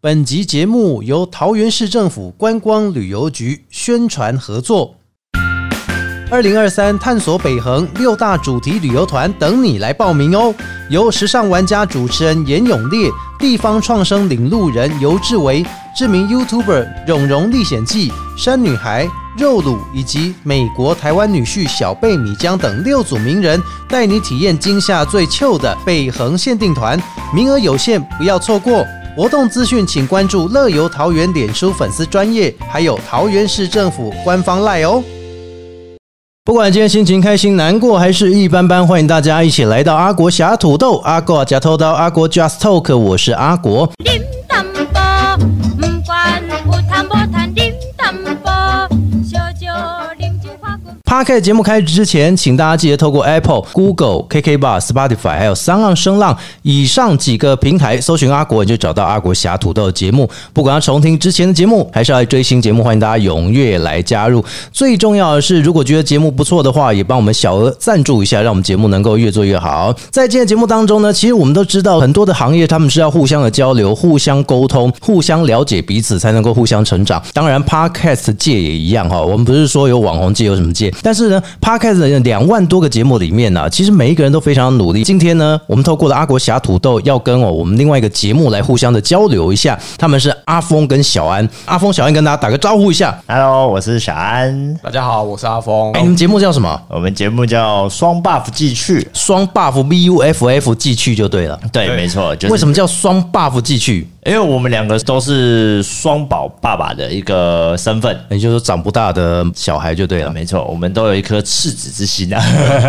本集节目由桃园市政府观光旅游局宣传合作。二零二三探索北横六大主题旅游团等你来报名哦！由时尚玩家主持人严永烈、地方创生领路人游志维、知名 YouTuber《蓉蓉历险记》、山女孩、肉鲁以及美国台湾女婿小贝米江等六组名人，带你体验今夏最 chill 的北横限定团，名额有限，不要错过。活动资讯请关注乐游桃园脸书粉丝专业，还有桃园市政府官方 LINE 哦。不管今天心情开心、难过还是一般般，欢迎大家一起来到阿国侠土豆、阿国夹偷刀、阿国 Just Talk，我是阿国。 điểm tâm bò Ừm, quan u tham bò than điểm tâm bò cho cho điểm chữ khoa cùng p a r k 节目开始之前，请大家记得透过 Apple、Google、KK Bar、Spotify 还有三浪声浪以上几个平台搜寻阿国，你就找到阿国侠土豆的节目。不管要重听之前的节目，还是要来追新节目，欢迎大家踊跃来加入。最重要的是，如果觉得节目不错的话，也帮我们小额赞助一下，让我们节目能够越做越好。在今天的节目当中呢，其实我们都知道很多的行业他们是要互相的交流、互相沟通、互相了解彼此，才能够互相成长。当然，Podcast 界也一样哈，我们不是说有网红界有什么界，但是呢，Podcast 的两万多个节目里面呢、其实每一个人都非常努力。今天呢，我们透过了阿国侠土豆，要跟哦我们另外一个节目来互相的交流一下，他们是阿峰跟小安，阿峰、小安跟大家打个招呼一下。 Hello，我是小安。大家好，我是阿峰哎、。你们节目叫什么？我们节目叫双 buff 寄去，双 buff B U F F 寄去就对了。对，没错，就是为什么？叫双 buff 寄去？因为我们两个都是双宝爸爸的一个身份。也就是说长不大的小孩就对了，没错，我们都有一颗赤子之心啊！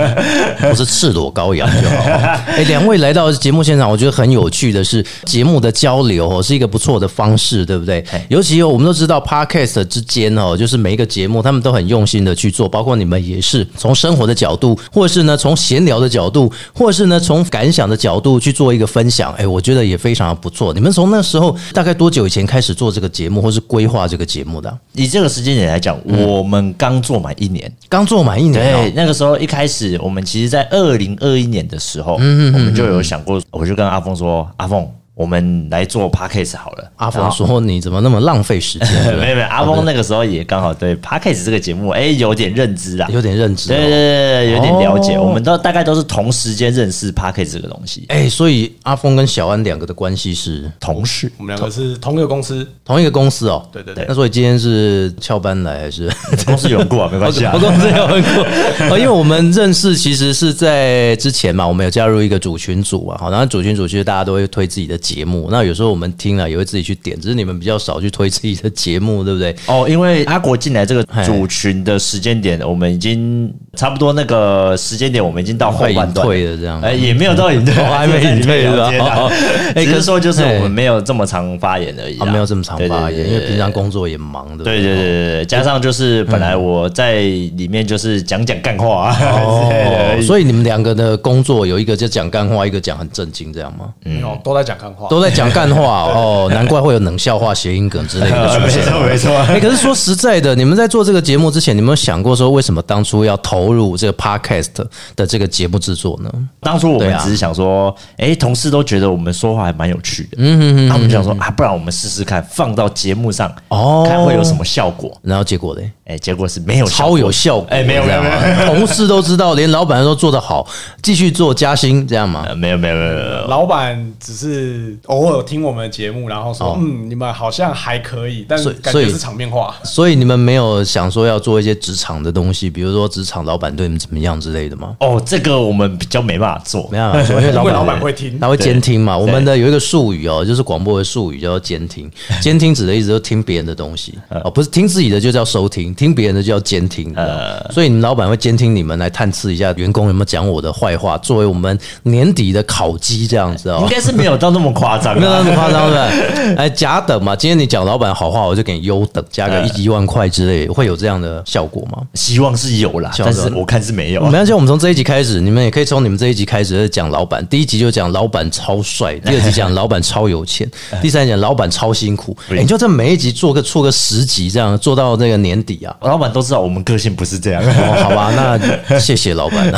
不是赤裸羔羊就好。哎、两位来到节目现场，我觉得很有趣的是，节目的交流哦，是一个不错的方式，对不对？尤其哦，我们都知道 podcast 之间哦，就是每一个节目他们都很用心的去做，包括你们也是从生活的角度，或是呢从闲聊的角度，或是呢从感想的角度去做一个分享。哎、我觉得也非常的不错。你们从那时候大概多久以前开始做这个节目，或是规划这个节目的啊？以这个时间点来讲，我们刚做满一年。刚做满一年、哦嗯对，。那个时候一开始，我们其实，在二零二一年的时候，我们就有想过，我就跟阿峰说：“阿峰，我们来做 podcast 好了。”阿峰说：“你怎么那么浪费时间？ 没有没有，阿峰那个时候也刚好对 podcast 这个节目，哎、有点认知啊，有点认知、哦。对对对对，有点了解。哦我们都大概都是同时间认识 Parket 这个东西，哎、所以阿峰跟小安两个的关系是同事。我们两个是同一个公司，同一个公司哦。对对对那所以今天是翘班来还是？公司缘故 啊，没关系啊我。公司有很过， 哦，因为我们认识其实是在之前嘛，我们有加入一个主群组啊，好，然后主群组其实大家都会推自己的节目，那有时候我们听了也会自己去点，只是你们比较少去推自己的节目，对不对？哦，因为阿国进来这个嘿组群的时间点，我们已经差不多那个时间点，我们已经哦到后快半隐段了。退了这样。哎，也没有到 隐退，哦 还没隐退是吧哦哦哎哎，可只是哦是说就是哎我们没有这么常发言而已啊，啦，没有这么长对对发言，对因为对平常工作也忙，对不对对？对对对对，加上就是本来我在里面就是讲讲干话啊 之类的而哦，已，所以你们两个的工作有一个就讲干话，一个讲很正经，这样吗？没有都在讲干哦话，嗯都在讲干 话哦，哦难怪会有冷笑话、谐音梗之类的出没现。错没错。哎、可是说实在的，你们在做这个节目之前，你有没有想过说，为什么当初要投入这个 podcast 的这个节目制作呢？当初我对们啊只是想说，哎、同事都觉得我们说话还蛮有趣的，嗯嗯嗯，他们就想说啊，不然我们试试看，放到节目上，哦看会有什么效果。然后结果嘞，哎、结果是没有效超果，有效果，哎、没有这没有样没吗有。同事都知 道，连老板都做得好，继续做加薪，这样吗？呃没有没有没有没有，老板只是偶尔听我们的节目，然后说、哦嗯，你们好像还可以，但所以感所觉以是场面话。啊所以你们没有想说要做一些职场的东西，比如说职场老板对你们怎么样之类的吗？哦，这个我们比较没办法做没，办 法说，因为老因为板老板会听他会监听嘛。我们的有一个术语哦，就是广播的术语叫做监 听。监听指的意思就是听别人的东西呃哦，不是听自己的就叫收听，听别人的就叫监听。所以你们老板会监听你们来探视一下员工有没有讲我的坏话，作为我们年底的烤鸡这样子哦应。该是没有到那么夸张、啊，没有那么夸张的， 哎，甲等嘛，今天你讲老板好话，我就给你优等，加呃个一一万块之类，会有这样的效果吗？希望是有啦，希望但是有是我看是没有啊没。关系，我们从这一集开始，你们也可以从你们这一集开始讲老板。第一集就讲老板超帅，第二集讲老板超有钱，第三集讲老板超辛苦。哎你就这每一集做个做个十集，这样做到那个年底一样。老板都知道我们个性不是这样，哦，好吧，那谢谢老板。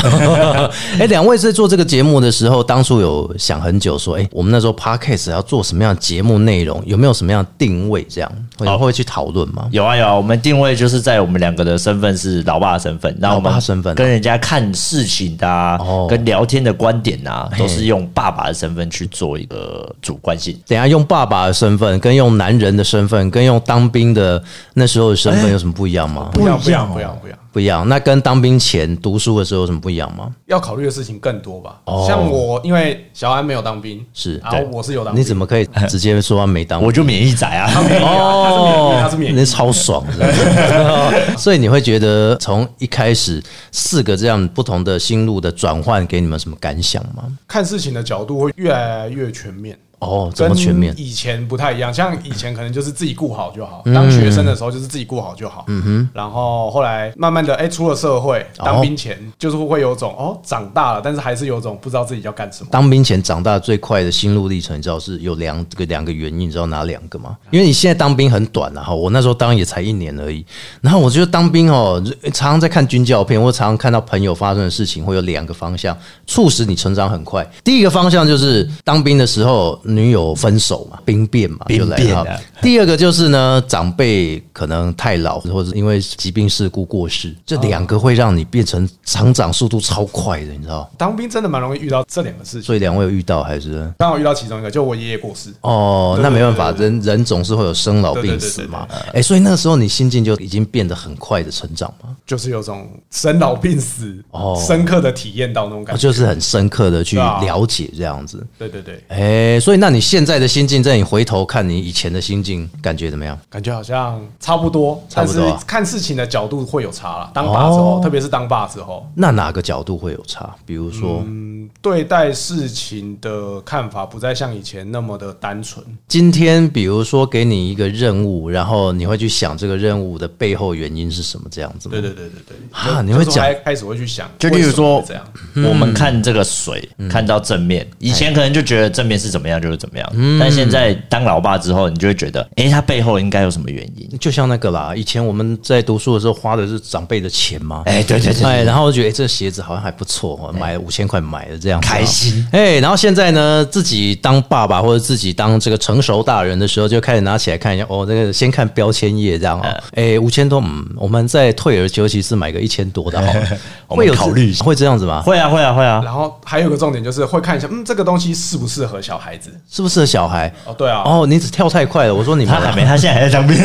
哎、两位在做这个节目的时候，当初有想很久说，哎、我们那时候 podcast 要做什么样的节目内容，有没有什么样的定位，这样会会去讨论吗？有啊有啊，我们定位就是在我们两个的身份是老爸的身份，那我老爸们身份啊跟人家看事情的啊，哦跟聊天的观点啊，都是用爸爸的身份去做一个主观性。等一下用爸爸的身份，跟用男人的身份，跟用当兵的那时候的身份有什么不一样吗？不要不不一要样哦不要不要，不一样。那跟当兵前读书的时候有什么不一样吗？要考虑的事情更多吧哦。像我，因为小安没有当兵，是然后对我是有当兵，你 怎么可以直接说他没当兵我就免疫仔啊，哦，他是免疫那超爽的。 所以你会觉得从一开始四个这样不同的心路的转换，给你们什么感想吗？看事情的角度会越来越全面，哦，怎跟么全面？嗯以前不太一样。像以前可能就是自己顾好就好，当学生的时候就是自己顾好就好。嗯哼。然后后来慢慢的，哎，出了社会，哦当兵前就是会有种哦，长大了，但是还是有种不知道自己要干什么。当兵前长大最快的心路历程，你知道是有两个两个原因，你知道哪两个吗？因为你现在当兵很短了、啊、哈，我那时候当也才一年而已。然后我觉得当兵哦，常常在看军教片，或常常看到朋友发生的事情，会有两个方向促使你成长很快。第一个方向就是当兵的时候女友分手嘛，兵变嘛，兵就来了变啊。第二个就是呢，长辈可能太老，或者是因为疾病事故过世，这两个会让你变成成长速度超快的，你知道？当兵真的蛮容易遇到这两个事情。所以两位有遇到还是？刚好遇到其中一个，就我爷爷过世，哦，对那没办法，对对人人总是会有生老病死嘛。哎，所以那个时候你心境就已经变得很快的成长嘛，就是有种生老病死，哦深刻的体验到那种感觉。就是很深刻的去对啊了解这样子。对对对，哎，所以那你现在的心境，在你回头看你以前的心境，感觉怎么样？感觉好像差不多，差不多啊但是看事情的角度会有差了。当爸之后，哦特别是当爸之后，那哪个角度会有差？比如说，嗯对待事情的看法不再像以前那么的单纯。今天比如说给你一个任务，然后你会去想这个任务的背后原因是什么，这样子吗？对对对对对，啊就你会就是讲还开始会去想，就例如说为什么会这样，嗯我们看这个水，看到正面，以前可能就觉得正面是怎么样就是怎么样，嗯但现在当老爸之后，你就会觉得，诶，他背后应该有什么原因？就像那个啦，以前我们在读书的时候花的是长辈的钱嘛，哎对对对对哎，然后觉得、哎这鞋子好像还不错哦，买了五千块买的这样子哦开心，哎，然后现在呢，自己当爸爸或者自己当这个成熟大人的时候，就开始拿起来看一下，哦，这个先看标签页这样哦，哎，五千多，嗯，我们再退而求其次买个一千多的哦好了，我会们有考虑一下会这样子吗？会啊会啊会啊，然后还有一个重点就是会看一下，嗯，这个东西适不适合小孩子？是不是小孩？哦，对啊，哦，你只跳太快了，我说你们他啊还没，他现在还在当兵。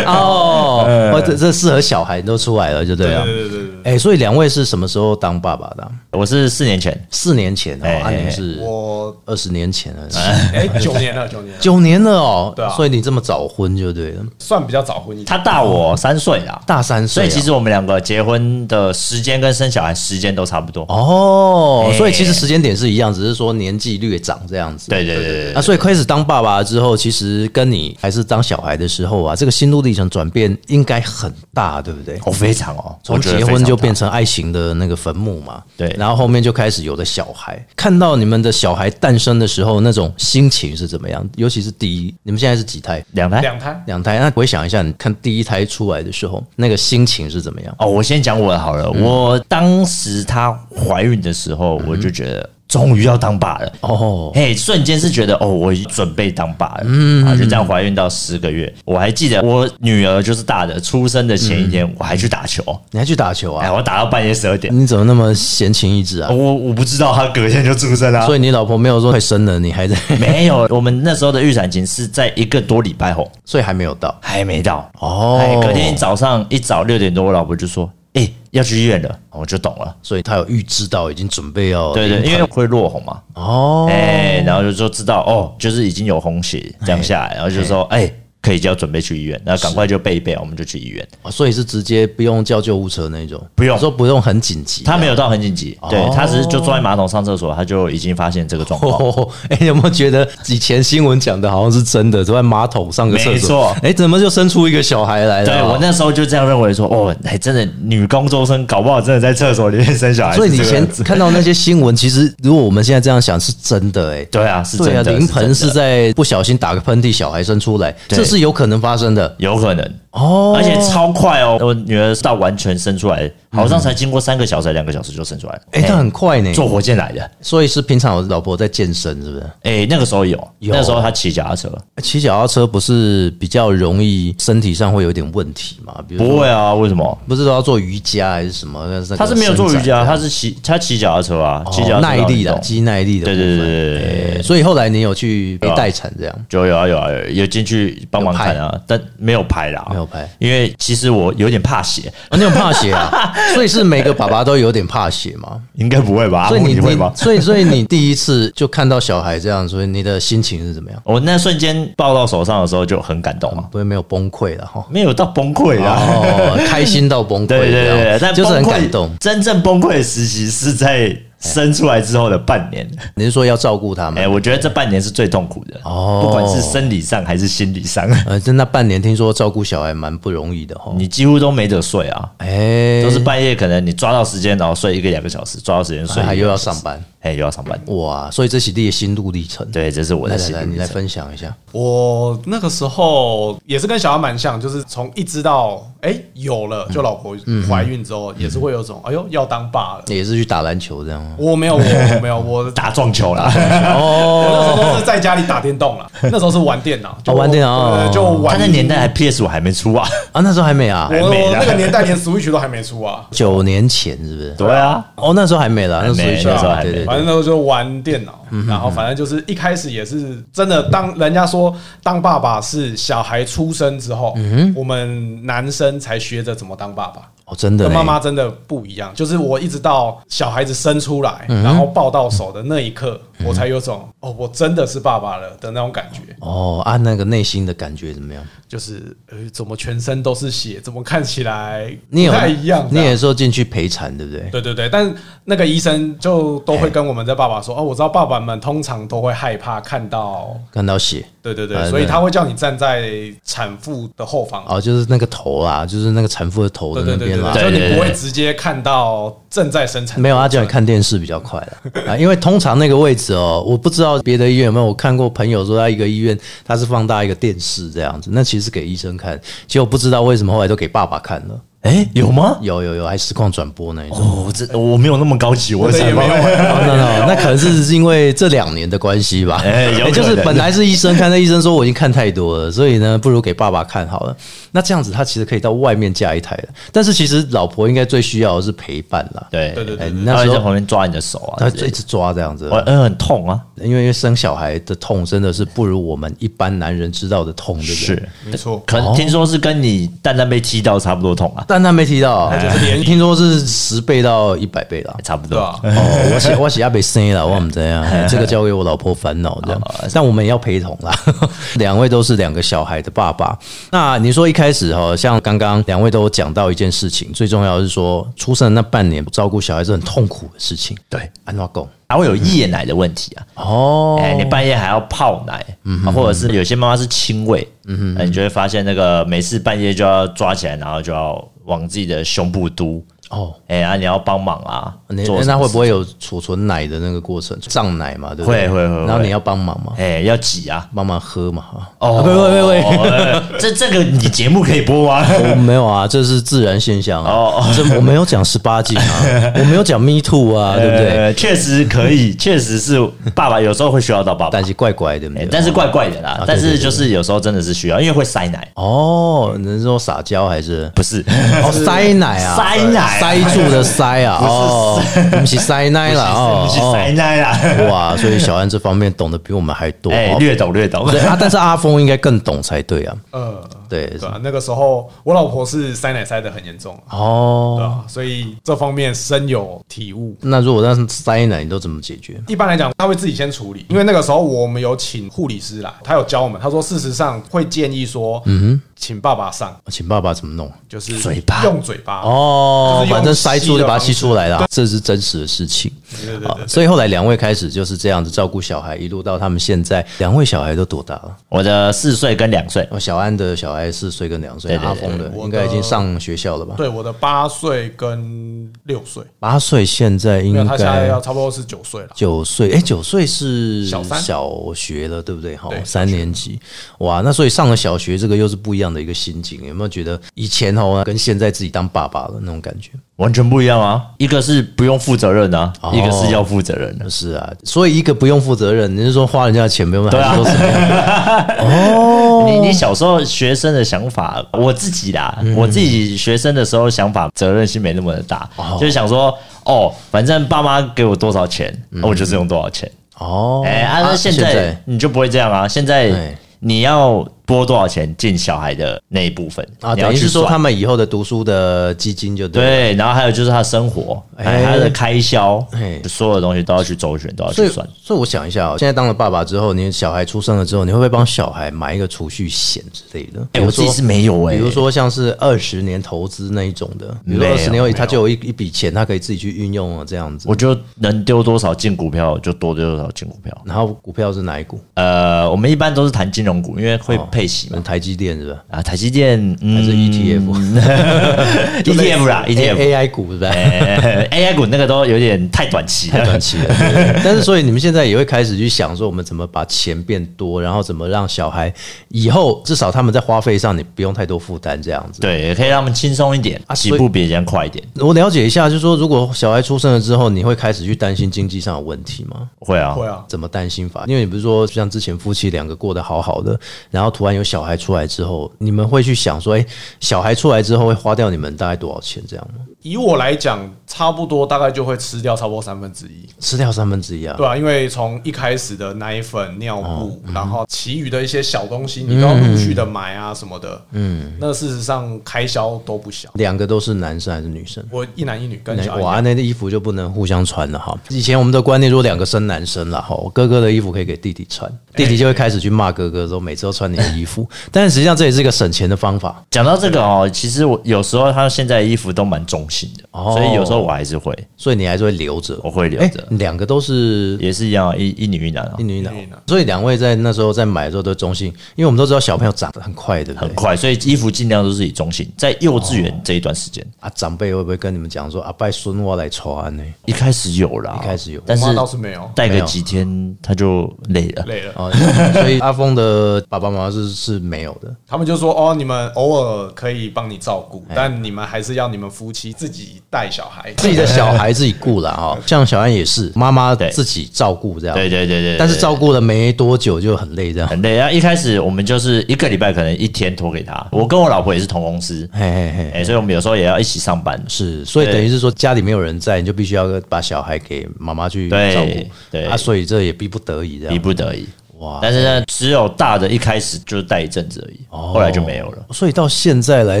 哦，哦这这适合小孩都出来了，就对了。对对对对对，哎、所以两位是什么时候当爸爸的啊、我是四年前，四年前哦，哎啊，你们是我二十年前了， 哎九年了，九年了，九年了哦，对啊所以你这么早婚就对了，算比较早婚一点。他大我三岁啦，大三所岁啊、以其实我们两个结婚的时间跟生小孩时间都差不多。哦，哎所以其实时间点是一样，只是说年纪略长这样子。对对对对啊，对，所以开始当爸爸之后，其实跟你还是当小孩的时候啊，这个心路历程转变应该很大，对不对？哦，非常哦，从我觉得结婚就变非成常爱情的那个坟墓嘛，对然后后面就开始有了小孩。看到你们的小孩诞生的时候，那种心情是怎么样？尤其是第一，你们现在是几胎？两胎。两胎，两胎。那回想一下，你看第一胎出来的时候，那个心情是怎么样？哦，我先讲我的好了。我当时她怀孕的时候，我就觉得终于要当爸了。哦，嘿，瞬间是觉得哦，我准备当爸了，嗯，啊，就这样怀孕到十个月，我还记得我女儿就是大的出生的前一天，我还去打球，你还去打球哎，啊？我哦打到半夜十二点，你怎么那么闲情逸致啊？我我不知道她隔天就出生了所，以你老婆没有说快生了，你还在， 没有，我们那时候的预产期是在一个多礼拜后，所以还没有到。还没到，哦哎，隔天早上一早六点多，我老婆就说，哎，要去医院了，哦我就懂了，所以他有预知到，已经准备要对对，因为会落红嘛，哦，哎、然后就说知道哦，就是已经有红血这样下来，然后就说哎、可以就要准备去医院，然后赶快就备一备，我们就去医院。哦所以是直接不用叫救护车那种，不用说不用很紧急。他没有到很紧急，对哦他只是就坐在马桶上厕所，他就已经发现这个状况。 哦，哎、有没有觉得以前新闻讲的好像是真的？坐在马桶上个厕没所，错哎、怎么就生出一个小孩来了？对我那时候就这样认为说，哦，还真的女工周生，搞不好真的在厕所里面生小孩。所以你以是这个前看到那些新闻，其实如果我们现在这样想，是真的哎、对啊，是真对啊，的，临盆真是的在不小心打个喷嚏，小孩生出来，对这是有可能发生的。有可能。哦，而且超快哦！我女儿到完全生出来，好像才经过三个小时、两个小时就生出来了。哎、那很快呢。坐火箭来的。所以是平常我老婆在健身，是不是？哎，那个时候有，有那时候她骑脚踏车。骑脚踏车不是比较容易身体上会有一点问题嘛？比如说不会，啊，为什么？不是都要做瑜伽还是什么？那个她是没有做瑜伸展伽，的她是骑她骑脚踏车啊，骑脚哦踏车耐到力运的动肌耐力的部对分。对对对对对对哎所以后来你有去被对啊待产这样？有有啊有啊有有进去帮忙看啊，但没有拍啦，没有拍，因为其实我有点怕血，啊，你有怕血 啊？所以是每个爸爸都有点怕血嘛？应该不会吧？所以阿木你你啊会吗你？所以所以你第一次就看到小孩这样，所以你的心情是怎么样？我那瞬间抱到手上的时候就很感动嘛，不会哦没有崩溃了哈？没有到崩溃啊。哦，开心到崩溃对这样，对对对，但就是很崩溃感动。真正崩溃的时期是在生出来之后的半年。你是说要照顾他哎、们？我觉得这半年是最痛苦的，哦不管是生理上还是心理上，呃，真那半年听说照顾小孩蛮不容易的哈。你几乎都没得睡啊。哦哎，都是半夜，可能你抓到时间，然后睡一个两个小时，抓到时间睡一个还啊又两要个小上时，班哎，又要上班。哇，所以这是你的心路历程。，对，这是我来的来心来，路你历来程。分享一下。我那个时候也是跟小杨蛮像，就是从一知道哎、有了，就老婆怀孕之后，也是会有种哎呦要当爸了。也是去打篮球这样吗？我没有，我我没有，我打撞 球啦，我那时候都是在家里打电动了，那时候是玩电脑，就哦哦玩电脑对就他玩那年代还 PS 五还没出啊。啊，那时候还没啊我，还没我啦那个年代连 Switch 都还没出啊，九年前是不是？对啊，哦，那时候还没啦，那没时那候时候还对没对嗯反对正那时候就玩电脑，然后反正就是一开始也是真的，当人家说当爸爸是小孩出生之后，嗯我们男生才学着怎么当爸爸。哦，真的跟嘞妈妈真的不一样，就是我一直到小孩子生出来，嗯然后抱到手的那一刻，我才有种哦，我真的是爸爸了的那种感觉。哦啊，那个内心的感觉怎么样？就是呃，怎么全身都是血，怎么看起来你有不太一样？你啊也说进去陪产对不对？对对对，但那个医生就都会跟我们的爸爸说哦，我知道爸爸们通常都会害怕看到，看到血对对哎对，所以对他会叫你站在产妇的后方。哦，就是那个头啊，就是那个产妇的头对的那对对边对啦对，。就对对你对不会直接看到正在生产，没有，他叫你看电视比较快了啊，因为通常那个位置哦，我不知道别的医院有没有，我看过朋友说他一个医院他是放大一个电视这样子，那其实给医生看，结果不知道为什么后来都给爸爸看了，哎，有吗？有有有，还实况转播那一种。哦，这我没有那么高级，我对想也到没有玩哦 no 到。no，那可能是因为这两年的关系吧。哎 有可能就是本来是医生看，那医生说我已经看太多了，所以呢，不如给爸爸看好了。那这样子，他其实可以到外面架一台了。但是其实老婆应该最需要的是陪伴啦。对对对对哎，你他那会时在候旁边抓你的手啊他之类一的，直抓这样子我，嗯很痛啊，因为因为生小孩的痛真的是不如我们一般男人知道的痛，对不对？是，没错，可能听说是跟你蛋蛋被踢到差不多痛啊，但他没提到那就是联，谊听说是十倍到一百倍啦。差不对啊多吧。？哦， 我写我写阿北生了，我们怎样？啊这个交给我老婆烦恼这样，但我们也要陪同啦。 两位都是两个小孩的爸爸，那你说一开始哈，像刚刚两位都有讲到一件事情，最重要的是说出生的那半年照顾小孩是很痛苦的事情。对，安老公还会有夜奶的问题啊，哦，嗯哎，你半夜还要泡奶，啊或者是有些妈妈是亲喂，嗯你就会发现那个每次半夜就要抓起来，然后就要往自己的胸部嘟，哦，哎啊，你要帮忙啊，你做什那么会不会有储存奶的那个过程？胀奶嘛，对不对？会会会会然后你要帮忙嘛，哎要挤啊？帮忙喝嘛。哈哦，啊不不不不不，这这个你节目可以播吗？我没有啊，这是自然现象哦啊。这我没有讲十八禁 啊，我没有讲 me too 啊， 对不对？呃？确实可以，确实是爸爸有时候会需要到爸爸但，是怪怪的，对不哎对但是怪怪的啦啊。对但对是对就是有时候真的是需要，因为会塞奶，哦，你是说撒娇还是？不是？哦，塞奶啊， 塞奶塞住 的塞啊，哦，不是塞奶啦，哦不是塞哦，奶啦，哇，所以小安这方面懂得比我们还多 哎，哦略懂 略懂。对啊，但是阿峰应该更懂才对啊，呃，对对啊，那个时候我老婆是塞奶塞的很严重，对哦，啊，所以这方面深有体悟。那如果让塞奶，你都怎么解决？一般来讲，他会自己先处理，因为那个时候我们有请护理师来，他有教我们，他说事实上会建议说，嗯，啊请爸爸上，请爸爸怎么弄？就是嘴巴用嘴巴，哦就，是用反正塞住就把它吸吸的方式出来了，这是真实的事情。对对对好对，所以后来两位开始就是这样子照顾小孩，一路到他们现在，两位小孩都多大了？我的四岁跟两岁，哦，小安的小孩四岁跟两岁，对对对阿峰的我的应该已经上学校了吧？对，我的八岁跟六岁，八岁现在应没有，他现在该要差不多是九岁了。九岁，哎，九岁是小三小学了，对不不对？哈对，三年级，哇，那所以上了小学，这个又是不一样的一个心境？有没有觉得以前哦跟现在自己当爸爸的那种感觉？完全不一样啊！一个是不用负责任啊，哦一个是要负责任的、是啊，所以一个不用负责任，你是说花人家的钱不用，还啊是说什么样的？哦 你你小时候学生的想法，我自己啦，嗯我自己学生的时候想法责任心没那么的大，就是想说哦，反正爸妈给我多少钱，嗯我就是用多少钱。哦，哎、啊，那现在你就不会这样啊！现在哎你要拨多少钱进小孩的那一部分啊，你要等于去是说算他们以后的读书的基金就对了。对，然后还有就是他的生活，哎哎，他的开销哎，所有的东西都要去周旋，都要所去以算。，所以我想一下、哦，现在当了爸爸之后，你小孩出生了之后，你会不会帮小孩买一个储蓄险之类的？哎，我自己是没有哎，比如说像是二十年投资那一种的，比如说没有二十年没后有他就有一一笔钱，他可以自己去运用啊，这样子。我就能丢多少进股票就多丢多少进股票。然后股票是哪一股？呃，我们一般都是谈金融股，因为会配息嘛。台积电是吧？啊，台积电哦还还是 E ETF？ ETF 啦，ETF。 AI 股是吧？哎 AI 股那个都有点太短期 了，短期的。对对对但是，所以你们现在也会开始去想说，我们怎么把钱变多，然后怎么让小孩以后至少他们在花费上你不用太多负担这样子。对，也可以让他们轻松一点，起啊所以步比人家快一点。我了解一下，就是说，如果小孩出生了之后，你会开始去担心经济上的问题吗？会啊，会啊，怎么担心法？因为你不是说像之前夫妻两个过得好好的，然后突然有小孩出来之后，你们会去想说，哎、小孩出来之后会花掉你们大概多少钱这样吗？以我来讲，差不多大概就会吃掉差不多三分之一，吃掉三分之一啊？对啊，因为从一开始的奶粉、尿布，然后其余的一些小东西，你都要陆续的买啊什么的，嗯，那事实上开销都不小。两个都是男生还是女生？我一男一女跟那小孩一哎嗯哇，样，那衣服就不能互相穿了哈。以前我们的观念，如果两个生男生了哈，哥哥的衣服可以给弟弟穿，哎弟弟就会开始去骂哥哥说每次都穿你的衣 服，但是实际上这也是一个省钱的方法。讲到这个哦，其实我有时候他现在的衣服都蛮中性的，哦所以有时候我还是会，所以你还是会留着。我哦会留哎着，，你两个都是也是一样啊，一一女一男啊一，女一一女一男男，所以两位在那时候在买的时候都中性，因为我们都知道小朋友长得很快，对不对？很快，所以衣服尽量都是以中性。在幼稚哦园这一段时间，啊，长辈会不会跟你们讲说啊，拜孙我来穿 呢？一开始有啦，一开始有但是我妈倒是没有戴没个有几天他就累了。累了。哦，所以阿峰的爸爸妈妈是是没有的。他们就说哦，你们偶尔可以帮你照顾，但你们还是要你们夫妻自己带小孩，哎自己的小孩自己顾了哈，像小安也是妈妈对自己照顾这样，对对对对对，但是照顾了没多久就很累这样，很累。啊然后一开始我们就是一个礼拜可能一天托给他，我跟我老婆也是同公司，嘿嘿嘿，哎，所以我们有时候也要一起上班。是，所以对等于是说家里没有人在，你就必须要把小孩给妈妈去对照顾，对啊，所以这也逼不得已这逼样，不得已。哇但是呢，只有大的一开始就带一阵子而已，哦后来就没有了。所以到现在来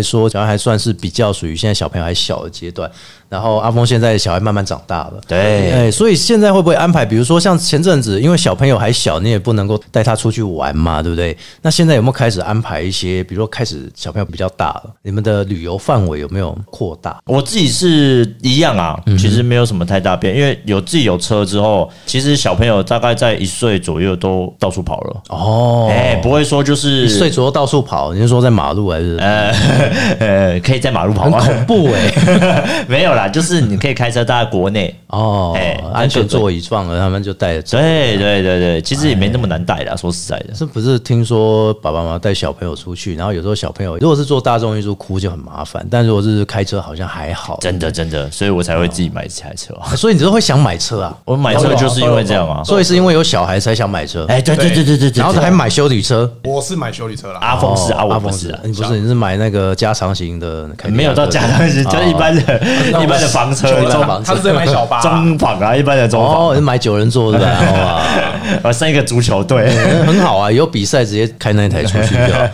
说，小孩还算是比较属于现在小朋友还小的阶段。然后阿峰现在小孩慢慢长大了，对哎，所以现在会不会安排，比如说像前阵子，因为小朋友还小，你也不能够带他出去玩嘛，对不对？那现在有没有开始安排一些，比如说开始小朋友比较大了，你们的旅游范围有没有扩大？我自己是一样啊，嗯其实没有什么太大变，因为有自己有车之后，其实小朋友大概在一岁左右都到处跑了，哦，哎、不会说就一岁是左右到处跑，你是说在马路还是？呃呃，可以在马路跑很吗？恐怖 哎、没有啦，就是你可以开车到国 内。哦，哎安全座椅放了，他们就带着走。对对对对，其实也没那哎么难带啦，说实在的。是不是听说爸爸妈妈带小朋友出去，然后有时候小朋友如果是坐大众运输哭就很麻烦，但如果是开车好像还好。真的真的，所以我才会自己买这台车。 所以你都会想买车啊？我买车就是因为这样啊。所以是因为有小孩才想买车，哎，对对对对对对，然后还买修理车。我是买修理车啦，阿峰是啊，哦我阿不峰是啊，你不是你是买那个加长型的啊凯迪拉克，没有到家长型，就一般的、一般的房车就，你知道中吗房他是在买 小巴 啦，中房啊，一般的中哦，房，你买九人座对 吧？哇，我剩一个足球队。很好啊，有比赛直接开那一台出去就好。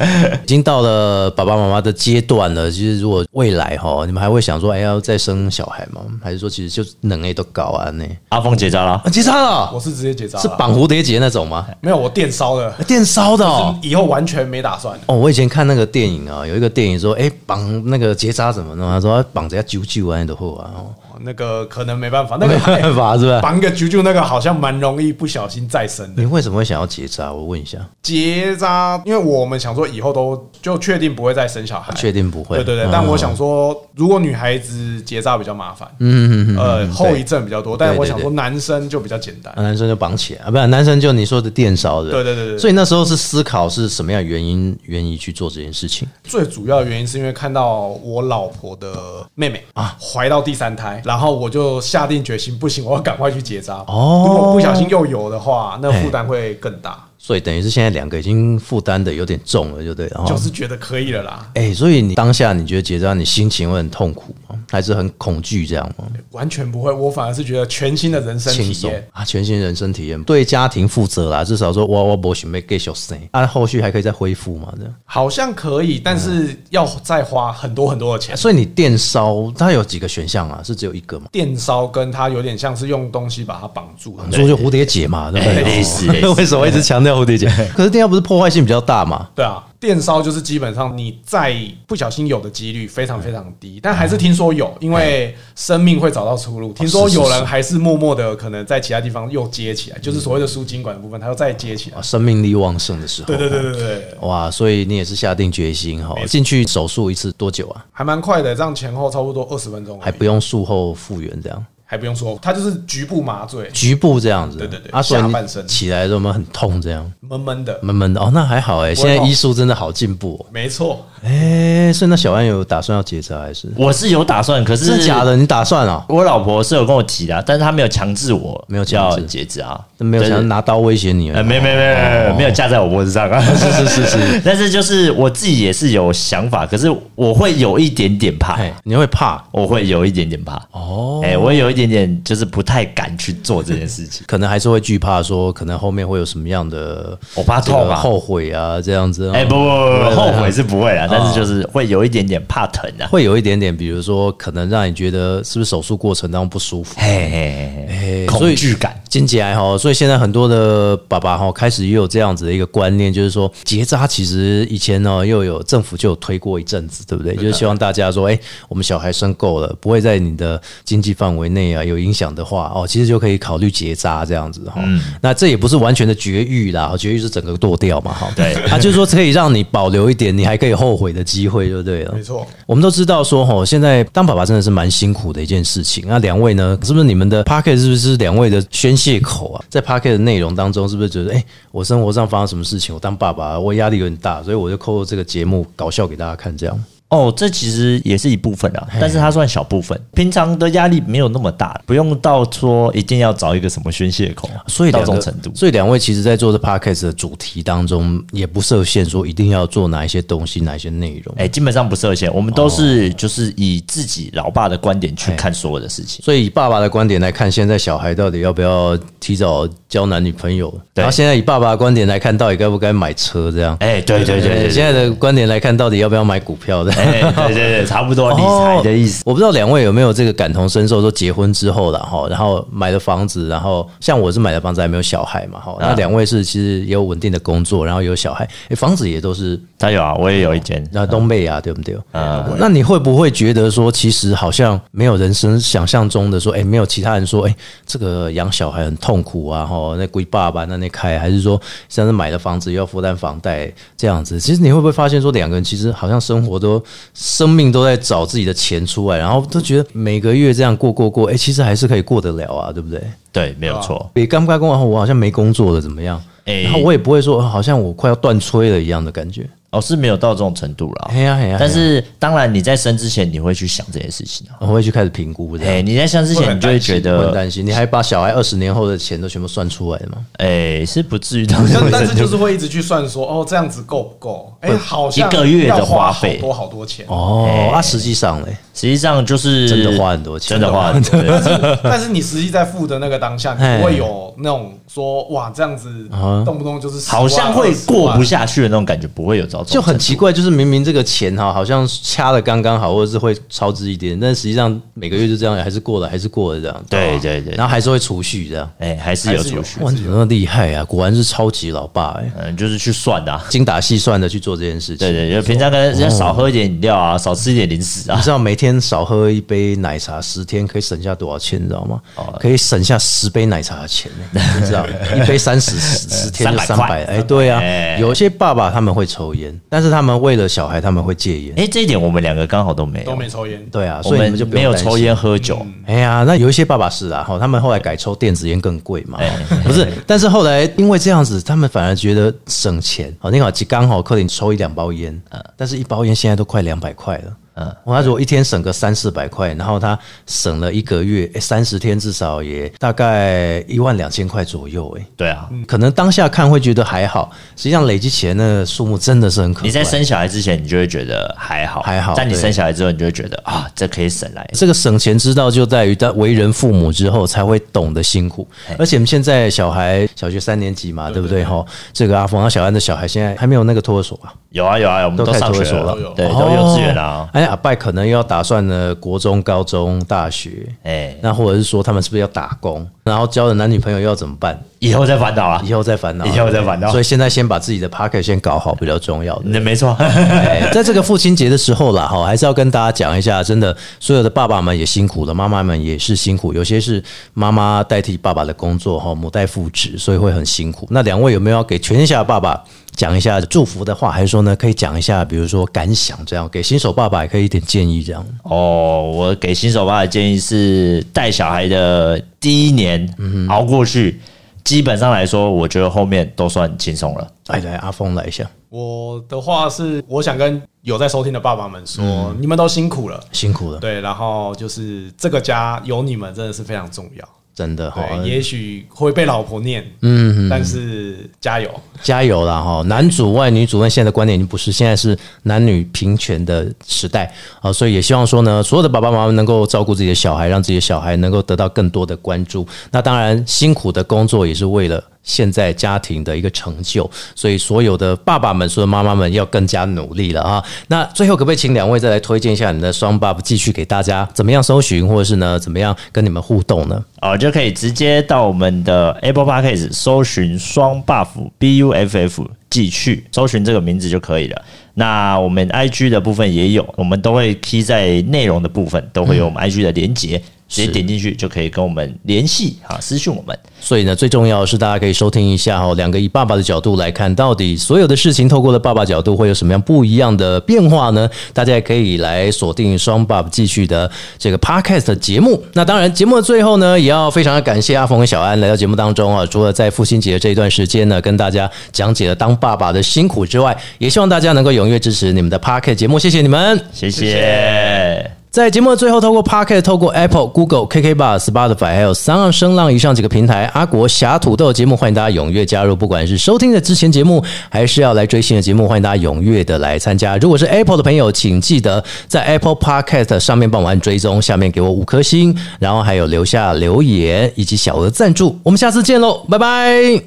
已经到了爸爸妈妈的阶段了，其实如果未来哈，你们还会想说，哎，要再生小孩吗？还是说其实就能力都搞啊那？ 阿峰结扎啦，啊，结扎了我哦，是直接结账，是绑蝴蝶结那种吗？没有我电烧的，哎电烧的哦。以后完全没打算。哦，我以前看那个电哎影啊，有一个电影说，哎、绑那个结扎怎么弄？他说绑着要揪揪啊，都后啊，哦那个可能没办法，那 没个办法，是吧？绑个啾啾那个好像蛮容易不小心再生的你为什么会想要结扎？我问一下，结扎，因为我们想说以后都就确定不会再生小孩，确定不会？哎对对嗯对，但我想说，如果女孩子结扎比较麻烦，嗯嗯嗯呃，嗯后遗症比较多，但对我对想说男生就比较简单啊。男生就绑起来啊，不然男生就你说的电烧的。对对对对所以那时候是思考是什么样的原因愿意去做这件事情最主要的原因是因为看到我老婆的妹妹啊怀到第三胎，然后我就下定决心，不行，我要赶快去结扎。哦如果不小心又有的话，那嘿负担会更大。所以等于是现在两个已经负担的有点重了，就对了。哈哦就是觉得可以了啦，哎、所以你当下你觉得结扎，你心情会很痛苦吗？还是很恐惧这样吗？完全不会。我反而是觉得全新的人生轻体松验。啊，全新人生体验，对家庭负责啦，至少说我我不准备 get 小生，啊，后续还可以再恢复嘛，这样。好像可以，但是要再花很多很多的钱。所以你电烧它有几个选项啊？是只有一个吗？电烧跟它有点像是用东西把它绑住的，你说就蝴蝶结嘛，对不对？哎 类似类似哎为什么一直强调蝴蝶结？可是电烧不是破坏性比较大嘛？对啊，电烧就是基本上你再不小心有的几率非常非常低，但还是听说有，因为生命会找到出路。听说有人还是默默的可能在其他地方又接起来，就是所谓的输精管的部分，他又再接起来啊，。生命力旺盛的时候。对对对对对，哇，所以你也是下定决心哈，进去手术一次多久啊？还蛮快的，这样前后差不多二十分钟而已，还不用术后复原这样，还不用说，它就是局部麻醉，局部这样子。对对对啊，所以下你半身起来的时候有没有很痛这样？闷闷的，闷闷的哦，那还好哎，不现会在痛医术真的好进步没错。哦。哎，所以那小安有打算要结扎还是？我是有打算，可是真的假的？你打算哦？我老婆是有跟我提的啊，但是她没有强制我，没有强要制截肢啊，没有想要对拿刀威胁你？呃，没有没有没有没有没有没有架在我脖子上啊， 是是是是。但是就是我自己也是有想法，可是我会有一点点怕，哎，你会怕我会有一点点怕，哦？，哎，我会有一点点就是不太敢去做这件事情可能还是会惧怕，说可能后面会有什么样的我怕这个痛啊后悔啊，这样子哦。哎，不不不不不，会后悔是不会啦，哦但是就是会有一点点怕疼啊，会有一点点，比如说可能让你觉得是不是手术过程当中不舒服，嘿嘿哎嘿，所恐以惧感。听起来哈，所以现在很多的爸爸哈开始也有这样子的一个观念，就是说结扎其实以前呢又有政府就有推过一阵子，对不对？就是希望大家说，哎、我们小孩生够了，不会在你的经济范围内啊有影响的话，哦，其实就可以考虑结扎这样子哈。那这也不是完全的绝育啦，哦绝育是整个剁掉嘛哈。 对它就是说可以让你保留一点，你还可以后悔的机会，就对了。没错，我们都知道说，吼，现在当爸爸真的是蛮辛苦的一件事情。那两位呢，是不是你们的 p o c k e t 是不是两位的宣泄口啊？在 p o c k e t 的内容当中，是不是觉得，哎、我生活上发生什么事情，我当爸爸，我压力有点大，所以我就扣这个节目搞笑给大家看，这样。哦，这其实也是一部分啊，但是它算小部分。平常的压力没有那么大，不用到说一定要找一个什么宣泄口，所以到两这个种程度。所以两位其实在做这 podcast 的主题当中，也不设限说一定要做哪一些东西，哪一些内容。哎、基本上不设限，我们都是就是以自己老爸的观点去看所有的事情。所以以爸爸的观点来看，现在小孩到底要不要提早交男女朋友？对然后现在以爸爸的观点来看，到底该不该买车？这样。哎、对对对对现在对，的观点来看，到底要不要买股票的？ 哎、 对哦对对，差不多理财的意思。我不知道两位有没有这个感同身受，说结婚之后了哈，然后买了房子，然后像我是买了房子还没有小孩嘛哈，那啊两位是其实也有稳定的工作，然后有小孩，诶房子也都是他有啊，我也有一间。那东北亚对不对？啊那你会不会觉得说，其实好像没有人生想象中的说，哎、没有其他人说，哎、这个养小孩很痛苦啊，哈，那归爸爸那那开，还是说哎像是买了房子又要负担房贷这样子？其实你会不会发现说，两个人其实好像生活都生命都在找自己的钱出来，然后都觉得每个月这样过过过，哎、其实还是可以过得了啊，对不对？对，没有错。也尴尬跟我我好像没工作了怎么样？哎然后我也不会说，哦好像我快要断炊了一样的感觉。哦，是没有到这种程度啦哎。呀哎呀！哦但是当然，你在生之前你会去想这些事情啊。我会去开始评估这哎、样。你在生之前你就会觉我啊很得，担心，你还把小孩二十年后的钱都全部算出来了吗？哎、是不至于到这种但但是程就度。是会一直去算说，哦，这样子够不够？哎，好像一个月的要花花费好多好多钱。哦，啊，实际上嘞，实际上就是真的花很多钱真的花很多。对 但是你实际在付的那个当下，你哎不会有那种说哇这样子啊动不动就是10万好像会过不20万下去的那种感觉，不会有着 就很奇怪，就是明明这个钱哈，好像掐的刚刚好，或者是会超支一点，但实际上每个月就这样，还是过了，还是过了这样。对对对然后还是会储蓄这样。哎、还是有储蓄哇，，你怎么那么厉害啊？果然是超级老爸哎、嗯，就是去算的、啊。精打细算的去做这件事情。对对，就平常可能哦人家少喝一点饮料啊，少吃一点零食啊你。知道每天少喝一杯奶茶，十天可以省下多少钱？你知道吗哦？可以省下十杯奶茶的钱，你知道？ 一杯三十，十十天就300三块百。哎，对啊哎，有些爸爸他们会抽烟，但是他们为了小孩他们会戒烟。哎、这一点我们两个刚好都没有，都没抽烟，对啊，我所以你们们就不没用有担心抽烟。喝酒。哎呀，那有一些爸爸是啊，哈，他们后来改抽电子烟更贵嘛，哎不是？但是后来因为这样子，他们反而觉得省钱。哦好，那好，几刚好克林抽一两包烟，嗯但是一包烟现在都快两百块了。嗯，他如果一天省个三四百块，然后他省了一个月，哎三十天至少也大概一万两千块左右，哎，对啊，可能当下看会觉得还好，实际上累积起来那个数目真的是很可观。你在生小孩之前，你就会觉得还好，还好但你对生小孩之后，你就会觉得啊，这可以省来。这个省钱之道就在于他为人父母之后才会懂得辛苦，哎而且我们现在小孩小学三年级嘛，对不对哈？这个阿峰、小安的小孩现在还没有那个托儿所吧？有啊有啊，我们嗯都都开上托学儿所了，了对，都幼稚园啊哦。哎，阿拜可能又要打算呢，国中、高中、大学，哎，那或者是说他们是不是要打工，然后交了男女朋友又要怎么办？以后再烦恼啊以。后再烦恼，以后再烦恼所以现在先把自己的 p a c k e t 先搞好比较重要的。那嗯没错， 哎 在这个父亲节的时候啦，哈，还是要跟大家讲一下，真的，所有的爸爸们也辛苦了，妈妈们也是辛苦，有些是妈妈代替爸爸的工作，哈，母代父职，所以会很辛苦。那两位有没有要给全天下的爸爸讲一下祝福的话，还是说呢，可以讲一下，比如说感想这样，给新手爸爸也可以一点建议这样？哦，我给新手爸爸的建议是，带小孩的第一年嗯熬过去，基本上来说，我觉得后面都算轻松了。来哎来，阿峰来一下，我的话是，我想跟有在收听的爸爸们说，嗯你们都辛苦了。辛苦了，对，然后就是这个家有你们真的是非常重要。真的哈，对，也许会被老婆念，嗯，但是加油。加油啦哈！男主外女主外，现在的观点已经不是现在是男女平权的时代啊，所以也希望说呢，所有的爸爸妈妈能够照顾自己的小孩，让自己的小孩能够得到更多的关注。那当然，辛苦的工作也是为了现在家庭的一个成就，所以所有的爸爸们、所有的妈妈们要更加努力了啊！那最后可不可以请两位再来推荐一下你们的双 buff，继续给大家怎么样搜寻，或者是呢怎么样跟你们互动呢？哦，就可以直接到我们的 Apple Podcast 搜寻“双 buff B U F F” 记去，搜寻这个名字就可以了。那我们 IG 的部分也有，我们都会 key 在内容的部分，都会有我们 IG 的连接，直接点进去就可以跟我们联系啊，私讯我们。所以呢，最重要的是大家可以收听一下哦，两个以爸爸的角度来看，到底所有的事情透过了爸爸角度会有什么样不一样的变化呢？大家也可以来锁定双爸继续的这个 podcast 的节目。那当然，节目的最后呢，也要非常的感谢阿峰跟小安来到节目当中啊，除了在父亲节这一段时间呢，跟大家讲解了当爸爸的辛苦之外，也希望大家能够踊跃支持你们的 podcast 节目，谢谢你们。谢谢。在节目的最后，透过 Pocket、透过 Apple、Google、KK Bar、Spotify 还有三浪声浪以上几个平台，阿国侠土豆的节目欢迎大家踊跃加入。不管是收听的之前节目，还是要来追新的节目，欢迎大家踊跃的来参加。如果是 Apple 的朋友，请记得在 Apple Podcast 上面帮我按追踪，下面给我五颗星，然后还有留下留言以及小额赞助。我们下次见喽，拜拜。